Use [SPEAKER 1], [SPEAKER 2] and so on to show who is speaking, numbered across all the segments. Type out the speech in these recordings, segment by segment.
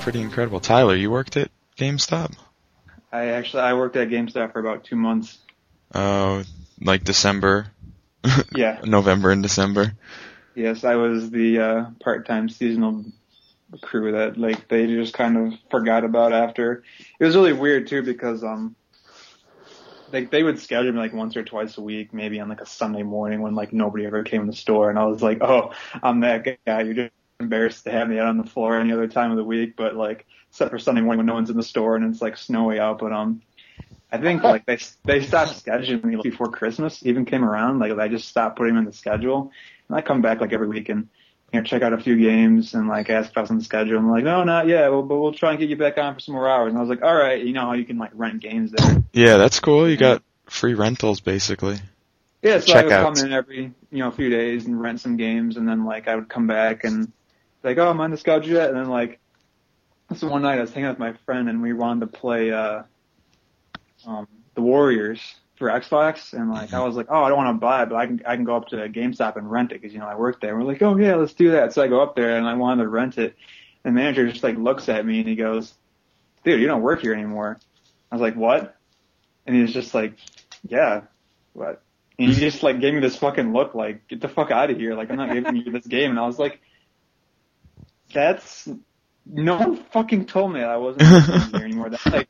[SPEAKER 1] pretty incredible. Tyler, you worked at GameStop?
[SPEAKER 2] I actually I worked at GameStop for about two months.
[SPEAKER 1] Oh, like December,
[SPEAKER 2] Yeah.
[SPEAKER 1] November and December.
[SPEAKER 2] yes, I was the uh, part-time seasonal crew that like they just kind of forgot about after. It was really weird too because um like they would schedule me like once or twice a week, maybe on like a Sunday morning when like nobody ever came in the store, and I was like, oh, I'm that guy. You're just embarrassed to have me out on the floor any other time of the week, but like except for Sunday morning when no one's in the store and it's like snowy out, but um. I think like they they stopped scheduling me like, before Christmas even came around. Like I just stopped putting them in the schedule, and I come back like every week and you know check out a few games and like ask if I was on the schedule. And like, no, not yet. Well, but we'll try and get you back on for some more hours. And I was like, all right, you know how you can like rent games there.
[SPEAKER 1] Yeah, that's cool. You got free rentals basically.
[SPEAKER 2] Yeah, so I would
[SPEAKER 1] Checkouts.
[SPEAKER 2] come in every you know few days and rent some games, and then like I would come back and like, oh, I'm on the schedule yet. And then like, so one night I was hanging out with my friend and we wanted to play uh, um, the Warriors for Xbox, and like I was like, oh, I don't want to buy it, but I can I can go up to GameStop and rent it because you know I work there. And we're like, oh yeah, let's do that. So I go up there and I wanted to rent it. And the manager just like looks at me and he goes, dude, you don't work here anymore. I was like, what? And he was just like, yeah, what? And he just like gave me this fucking look like, get the fuck out of here. Like I'm not giving you this game. And I was like, that's, no one fucking told me that I wasn't working here anymore. That's like,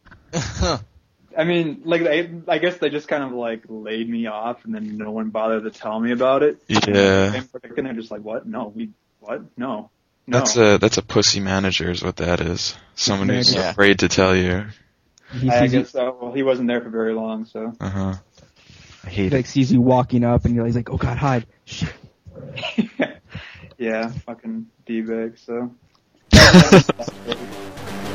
[SPEAKER 2] I mean, like I, I guess they just kind of like laid me off, and then no one bothered to tell me about it.
[SPEAKER 1] Yeah,
[SPEAKER 2] And they're just like, "What? No, we what? No, no."
[SPEAKER 1] that's a that's a pussy manager is what that is. Someone who's
[SPEAKER 3] Yeah.
[SPEAKER 1] afraid to tell you.
[SPEAKER 4] He
[SPEAKER 2] I, I
[SPEAKER 4] sees, you,
[SPEAKER 2] guess so. Well, he wasn't there for very long, so.
[SPEAKER 1] Uh huh. I
[SPEAKER 4] he,
[SPEAKER 1] hate it.
[SPEAKER 4] like sees you walking up, and you're like, he's like, oh god, hide. Shit.
[SPEAKER 2] yeah, fucking d bag. So.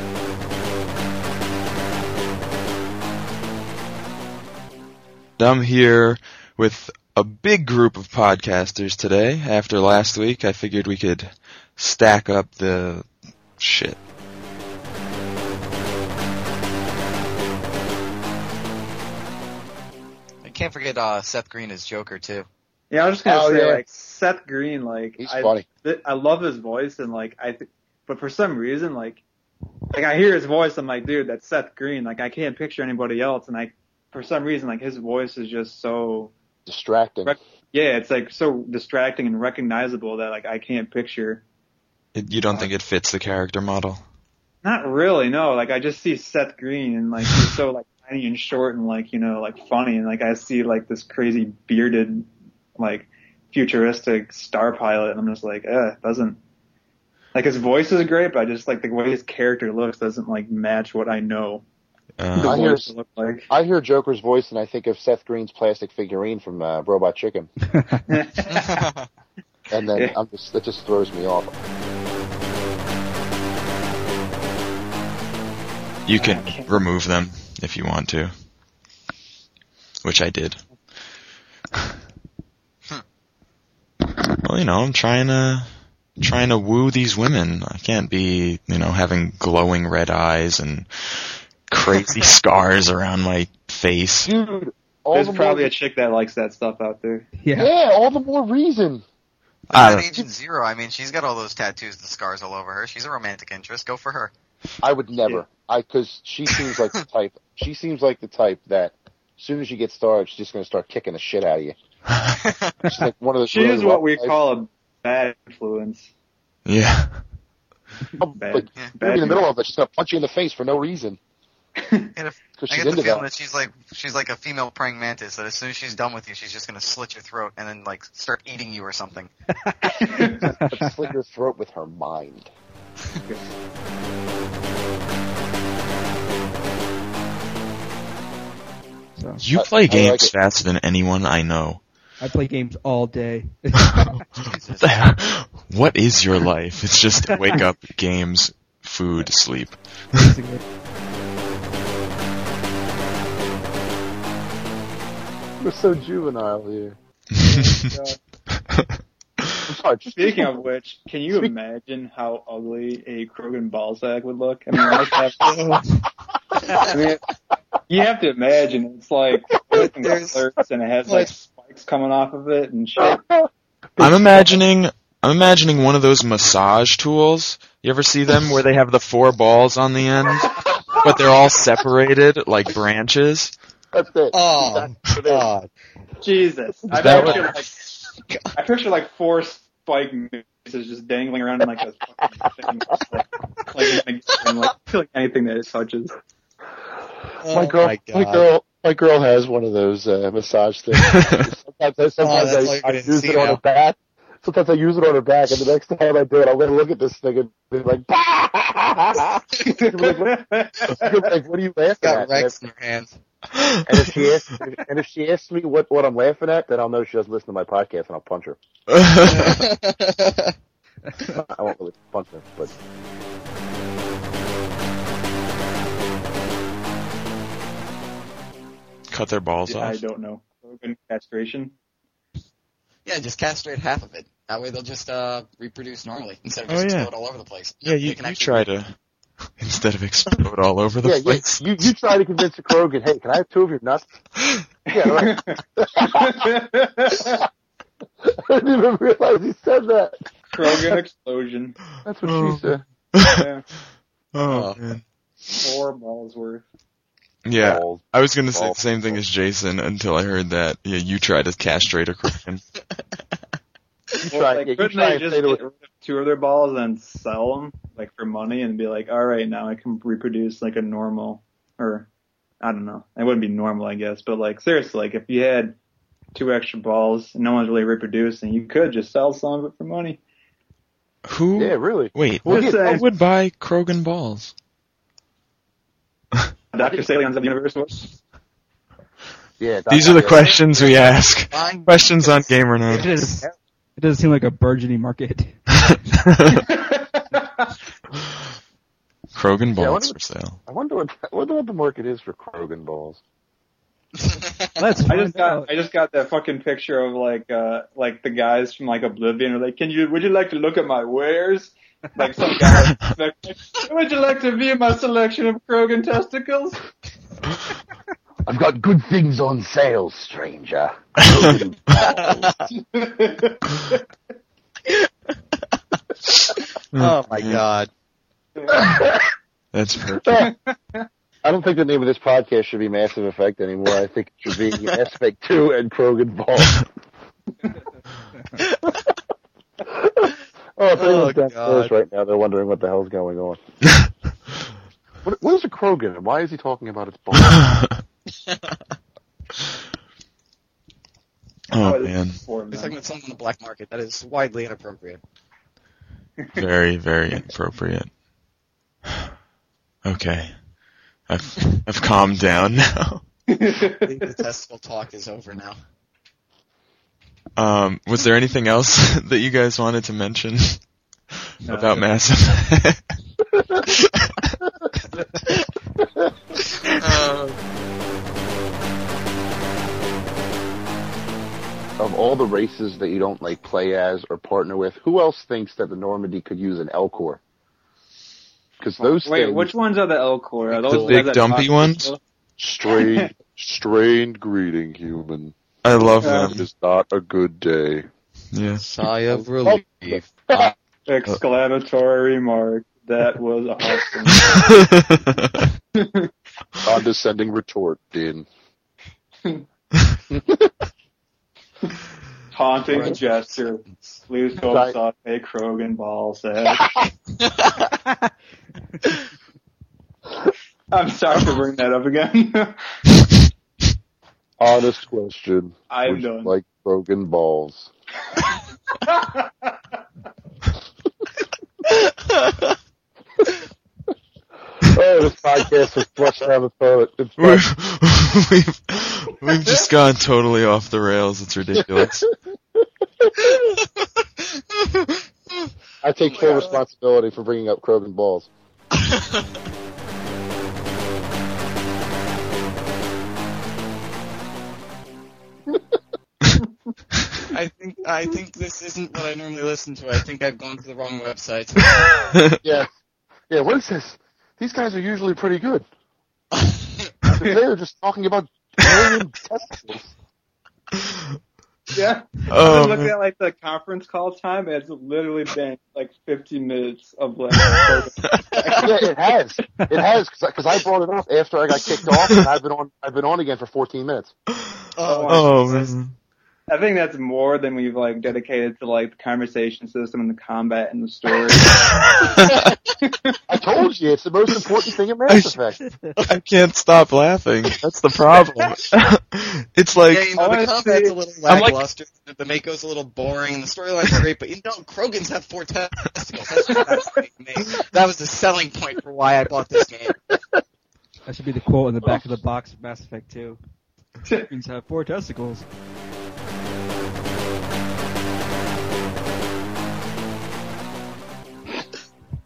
[SPEAKER 1] I'm here with a big group of podcasters today. After last week, I figured we could stack up the shit.
[SPEAKER 3] I can't forget uh, Seth Green as Joker too.
[SPEAKER 2] Yeah, I was just gonna
[SPEAKER 5] Oh,
[SPEAKER 2] say
[SPEAKER 5] yeah.
[SPEAKER 2] like Seth Green, like
[SPEAKER 5] He's
[SPEAKER 2] I,
[SPEAKER 5] funny.
[SPEAKER 2] th- I love his voice and like I, th- but for some reason like, like I hear his voice, I'm like, dude, that's Seth Green. Like I can't picture anybody else, and I, for some reason, like his voice is just so
[SPEAKER 5] Distracting.
[SPEAKER 2] Right. yeah, it's like so distracting and recognizable that like I can't picture.
[SPEAKER 1] It- You don't think it fits the character model?
[SPEAKER 2] Not really, no. Like I just see Seth Green and like he's so like tiny and short and like you know like funny and like I see like this crazy bearded, like futuristic star pilot and I'm just like, eh, it doesn't. Like his voice is great, but I just like the way his character looks doesn't like match what I know the
[SPEAKER 1] Uh,
[SPEAKER 5] I hear-
[SPEAKER 2] voice to look like.
[SPEAKER 5] I hear Joker's voice and I think of Seth Green's plastic figurine from uh, Robot Chicken, and then
[SPEAKER 2] Yeah.
[SPEAKER 5] I'm just that just throws me off.
[SPEAKER 1] you can remove them if you want to, which I did. well, you know, I'm trying to trying to woo these women. I can't be, you know, having glowing red eyes and crazy scars around my face.
[SPEAKER 5] Dude, all
[SPEAKER 2] There's
[SPEAKER 5] the
[SPEAKER 2] probably
[SPEAKER 5] more,
[SPEAKER 2] a chick that likes that stuff out there.
[SPEAKER 4] Yeah.
[SPEAKER 5] yeah, all the more reason.
[SPEAKER 1] I
[SPEAKER 3] But
[SPEAKER 1] don't-
[SPEAKER 3] at Agent Zero, I mean, she's got all those tattoos and scars all over her. She's a romantic interest. Go for her.
[SPEAKER 5] I would never. I because she seems like the type. She seems like the type that as soon as you get started, she's just gonna start kicking the shit out of you. She's like one of the.
[SPEAKER 2] She is what we call a bad influence.
[SPEAKER 1] Yeah.
[SPEAKER 2] Bad,
[SPEAKER 5] Like, you're
[SPEAKER 2] bad
[SPEAKER 5] in the middle of it. She's gonna punch you in the face for no reason
[SPEAKER 3] And if,
[SPEAKER 5] because
[SPEAKER 3] I get
[SPEAKER 5] she's
[SPEAKER 3] the
[SPEAKER 5] into
[SPEAKER 3] feeling
[SPEAKER 5] that.
[SPEAKER 3] that she's like she's like a female praying mantis. That as soon as she's done with you, she's just gonna slit your throat and then like start eating you or something.
[SPEAKER 5] But slit your throat with her mind.
[SPEAKER 4] So
[SPEAKER 1] You
[SPEAKER 5] I-
[SPEAKER 1] play
[SPEAKER 5] I
[SPEAKER 1] games
[SPEAKER 5] like it.
[SPEAKER 1] faster than anyone I know.
[SPEAKER 4] I play games all day.
[SPEAKER 1] What the hell? What is your life? It's just wake up, games, food, sleep.
[SPEAKER 4] basically.
[SPEAKER 5] We're so juvenile here. I'm sorry. Just
[SPEAKER 2] Speaking of which, can you imagine how ugly a Krogan Balzac would look? I mean, like that. I mean, you have to imagine it's like with some
[SPEAKER 3] There's-
[SPEAKER 2] colors and it has like spikes coming off of it and shit.
[SPEAKER 1] I'm imagining I'm imagining one of those massage tools You ever see them where they have the four balls on the end, but they're all separated like branches?
[SPEAKER 5] That's it.
[SPEAKER 6] Oh,
[SPEAKER 5] That's what it is.
[SPEAKER 6] God.
[SPEAKER 2] Jesus. I
[SPEAKER 1] That
[SPEAKER 2] picture, like, I picture like four spike nooses just dangling around in like a fucking thing. Like, like, like, like, like anything that it touches.
[SPEAKER 6] Oh,
[SPEAKER 5] my girl,
[SPEAKER 6] my
[SPEAKER 5] my,
[SPEAKER 6] God.
[SPEAKER 5] girl, my girl has one of those uh, massage things. sometimes I, sometimes
[SPEAKER 6] Oh, that's
[SPEAKER 5] I,
[SPEAKER 6] like
[SPEAKER 5] I
[SPEAKER 6] I didn't
[SPEAKER 5] use
[SPEAKER 6] see
[SPEAKER 5] it on
[SPEAKER 6] now.
[SPEAKER 5] her back. Sometimes I use it on her back, and the next time I do it, I'm gonna look at this thing and be like, She's gonna be like, what, she's gonna be like, "What are you laughing
[SPEAKER 6] Got
[SPEAKER 5] at?"
[SPEAKER 6] Rex in her hands.
[SPEAKER 5] And if she asks, and if she asks me what what I'm laughing at, then I'll know she doesn't listen to my podcast, and I'll punch her. I won't really punch her, but
[SPEAKER 1] Cut their balls
[SPEAKER 2] I
[SPEAKER 1] off.
[SPEAKER 2] don't know. Open castration.
[SPEAKER 6] yeah, just castrate half of it. That way they'll just uh, reproduce normally instead of
[SPEAKER 1] Oh,
[SPEAKER 6] just
[SPEAKER 1] yeah.
[SPEAKER 6] explode all over the place.
[SPEAKER 1] Yeah, you,
[SPEAKER 6] They
[SPEAKER 1] you
[SPEAKER 6] can actually-
[SPEAKER 1] try to instead of explode all over the
[SPEAKER 5] yeah, yeah,
[SPEAKER 1] place.
[SPEAKER 5] you you try to convince a Krogan, hey, can I have two of your nuts? Yeah, right.
[SPEAKER 2] Krogan
[SPEAKER 5] I didn't even realize he said that.
[SPEAKER 2] explosion.
[SPEAKER 5] That's what she said.
[SPEAKER 2] Yeah,
[SPEAKER 1] oh,
[SPEAKER 6] Oh.
[SPEAKER 1] man.
[SPEAKER 2] four balls worth.
[SPEAKER 1] yeah.
[SPEAKER 5] Balls.
[SPEAKER 1] I was gonna say
[SPEAKER 5] Balls.
[SPEAKER 1] the same thing as Jason until I heard that. Yeah, you try to castrate a Kraken.
[SPEAKER 5] You
[SPEAKER 2] Well,
[SPEAKER 5] try,
[SPEAKER 2] like,
[SPEAKER 5] yeah, you
[SPEAKER 2] couldn't
[SPEAKER 5] try
[SPEAKER 2] they
[SPEAKER 5] and
[SPEAKER 2] just
[SPEAKER 5] say
[SPEAKER 2] get
[SPEAKER 5] to her,
[SPEAKER 2] rid of two of their balls and sell them like for money and be like, all right, now I can reproduce like a normal or I don't know. It wouldn't be normal, I guess, but like seriously, like if you had two extra balls and no one's really reproducing, you could just sell some of it for money.
[SPEAKER 1] Who?
[SPEAKER 5] yeah, really.
[SPEAKER 1] Wait,
[SPEAKER 5] Well,
[SPEAKER 1] who
[SPEAKER 2] yeah.
[SPEAKER 1] who would buy Krogan balls?
[SPEAKER 2] Doctor Salion's of the universe. Was.
[SPEAKER 5] Yeah,
[SPEAKER 1] These are the questions we ask.
[SPEAKER 6] Fine.
[SPEAKER 1] Questions on Gamer
[SPEAKER 4] It
[SPEAKER 1] Night.
[SPEAKER 4] is. It doesn't seem like a burgeoning market.
[SPEAKER 1] Krogan
[SPEAKER 5] Yeah, I
[SPEAKER 1] balls
[SPEAKER 5] wonder-
[SPEAKER 1] for sale.
[SPEAKER 5] I wonder what I wonder what the market is for Krogan balls.
[SPEAKER 4] Let's.
[SPEAKER 2] I just
[SPEAKER 4] find out.
[SPEAKER 2] got I just got that fucking picture of like uh like the guys from like Oblivion are like, Can you would you like to look at my wares? Like some guy like, would you like to view my selection of Krogan testicles?
[SPEAKER 5] I've got good things on sale, stranger.
[SPEAKER 6] oh my
[SPEAKER 1] mm-hmm.
[SPEAKER 6] god.
[SPEAKER 1] That's perfect.
[SPEAKER 5] I don't think the name of this podcast should be Mass Effect anymore. I think it should be Mass Effect Two and Krogan Balls. oh, if anyone's
[SPEAKER 6] Oh,
[SPEAKER 5] downstairs
[SPEAKER 6] God.
[SPEAKER 5] right now, they're wondering what the hell's going on. What, what is a Krogan, and why is he talking about its balls?
[SPEAKER 1] oh man,
[SPEAKER 2] Poor
[SPEAKER 6] We're
[SPEAKER 2] man.
[SPEAKER 6] talking about something on the black market that is widely inappropriate.
[SPEAKER 1] very very inappropriate. Okay, I've I've calmed down now.
[SPEAKER 6] I think the testicle talk is over now.
[SPEAKER 1] Um, was there anything else that you guys wanted to mention
[SPEAKER 2] No.
[SPEAKER 1] about Mass Effect?
[SPEAKER 5] of all the races that you don't like play as or partner with, who else thinks that the Normandy could use an Elcor? Because those
[SPEAKER 2] Wait,
[SPEAKER 5] things
[SPEAKER 2] which ones are the Elcor? Are those
[SPEAKER 1] The
[SPEAKER 2] ones
[SPEAKER 1] big
[SPEAKER 2] that
[SPEAKER 1] dumpy
[SPEAKER 2] talk
[SPEAKER 1] ones?
[SPEAKER 2] people?
[SPEAKER 5] strained, strained greeting human.
[SPEAKER 1] I love
[SPEAKER 2] Um,
[SPEAKER 1] them.
[SPEAKER 5] is not a good day.
[SPEAKER 1] Yeah.
[SPEAKER 6] Sigh of
[SPEAKER 5] relief.
[SPEAKER 2] Exclamatory mark. That was awesome.
[SPEAKER 5] Condescending retort, Din.
[SPEAKER 2] Taunting gesture. Please go
[SPEAKER 5] Right.
[SPEAKER 2] saute Krogan ball says. I'm sorry for bringing that up again.
[SPEAKER 5] Honest question.
[SPEAKER 2] I'm
[SPEAKER 5] Would you
[SPEAKER 2] done.
[SPEAKER 5] Like broken balls. Oh, this podcast was flushed down the toilet. It's
[SPEAKER 1] We're-
[SPEAKER 5] fine.
[SPEAKER 1] we've, we've just gone totally off the rails. It's ridiculous.
[SPEAKER 5] I take full responsibility for bringing up Krogan balls.
[SPEAKER 6] I think I think this isn't what I normally listen to. I think I've gone to the wrong website.
[SPEAKER 5] Yeah. Yeah, what is this? These guys are usually pretty good. They're just talking about alien testicles.
[SPEAKER 2] Yeah.
[SPEAKER 1] Oh,
[SPEAKER 2] I looked
[SPEAKER 1] man.
[SPEAKER 2] at like the conference call time, and it's literally been like 50 minutes of like. photos.
[SPEAKER 5] yeah, it has. It has because I brought it up after I got kicked off, and I've been on. I've been on again for 14 minutes.
[SPEAKER 1] Oh,
[SPEAKER 2] Jesus.
[SPEAKER 1] man.
[SPEAKER 2] I think that's more than we've like dedicated to like the conversation system and the combat and the story.
[SPEAKER 5] I told you it's the most important thing in Mass Effect.
[SPEAKER 1] I can't stop laughing. That's the problem. it's like
[SPEAKER 6] yeah, you know,
[SPEAKER 2] honestly-
[SPEAKER 6] the combat's a little
[SPEAKER 1] I'm like-
[SPEAKER 6] lackluster. the Mako's a little boring. The storyline's great, but you know, Krogans have four testicles. That's just fascinating to me. That was the selling point for why I bought this game.
[SPEAKER 4] That should be the quote in the back of the box of Mass Effect 2. Humans have uh, four testicles.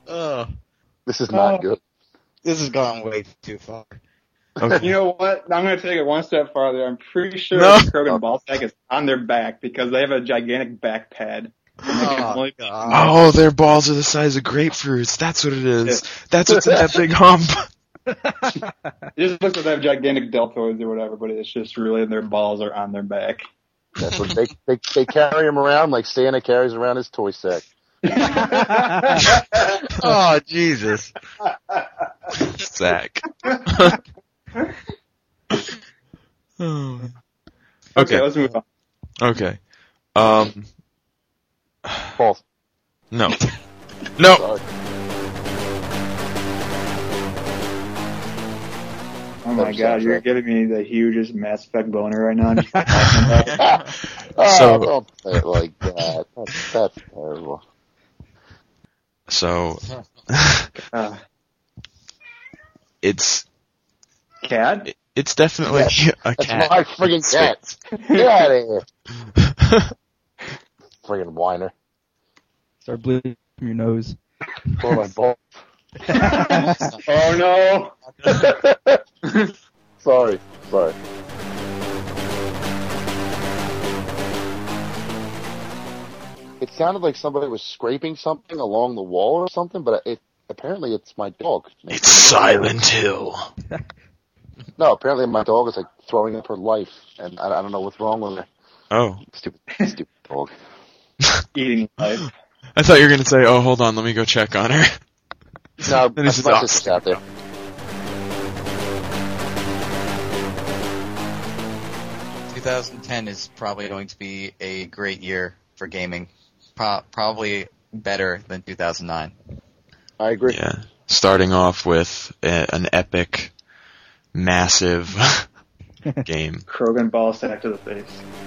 [SPEAKER 1] oh,
[SPEAKER 6] Ugh.
[SPEAKER 5] This is not
[SPEAKER 6] Oh.
[SPEAKER 5] good.
[SPEAKER 6] This has gone way too far.
[SPEAKER 1] okay.
[SPEAKER 2] you know what? I'm going to take it one step farther. I'm pretty sure
[SPEAKER 1] No.
[SPEAKER 2] the Krogan ball sack is on their back because they have a gigantic back pad.
[SPEAKER 6] Oh,
[SPEAKER 2] Like,
[SPEAKER 6] God.
[SPEAKER 1] Oh, their balls are the size of grapefruits. That's what it is. That's what's in that big hump.
[SPEAKER 2] It just looks like they have gigantic deltoids or whatever, but it's just really their balls are on their back.
[SPEAKER 5] That's what they, they they carry him around like Santa carries around his toy sack.
[SPEAKER 6] oh Jesus.
[SPEAKER 1] Zach. Oh.
[SPEAKER 2] Okay,
[SPEAKER 1] okay.
[SPEAKER 2] let's move on.
[SPEAKER 1] Okay. Um.
[SPEAKER 5] False.
[SPEAKER 1] No. No.
[SPEAKER 5] Sorry.
[SPEAKER 2] Oh my
[SPEAKER 5] That's
[SPEAKER 2] god,
[SPEAKER 5] soundtrack.
[SPEAKER 2] you're giving me the hugest Mass Effect boner right now.
[SPEAKER 5] Oh,
[SPEAKER 1] So-
[SPEAKER 5] don't say it like that. That's, that's terrible.
[SPEAKER 1] So
[SPEAKER 2] uh,
[SPEAKER 1] it's
[SPEAKER 2] cat?
[SPEAKER 1] it's definitely a
[SPEAKER 5] That's
[SPEAKER 1] cat.
[SPEAKER 5] my friggin' cat. Get out of here, friggin' whiner.
[SPEAKER 4] Start bleeding from your nose.
[SPEAKER 5] Pull my ball.
[SPEAKER 2] Oh no!
[SPEAKER 5] Sorry, sorry. It sounded like somebody was scraping something along the wall or something, but it apparently it's my dog.
[SPEAKER 1] it's Silent Hill.
[SPEAKER 5] No, apparently my dog is like throwing up her life, and I, I don't know what's wrong with her.
[SPEAKER 1] Oh,
[SPEAKER 5] Stupid, stupid dog.
[SPEAKER 2] Eating life.
[SPEAKER 1] I thought you were gonna say, "Oh, hold on, let me go check on her."
[SPEAKER 5] No,
[SPEAKER 1] That is
[SPEAKER 5] that's my sister's out there.
[SPEAKER 6] Two thousand ten is probably going to be a great year for gaming. Pro- probably better than two thousand nine.
[SPEAKER 5] I agree.
[SPEAKER 1] "Oh, Yeah. Starting off with a, an epic, massive game.
[SPEAKER 2] Krogan ball sack to the face.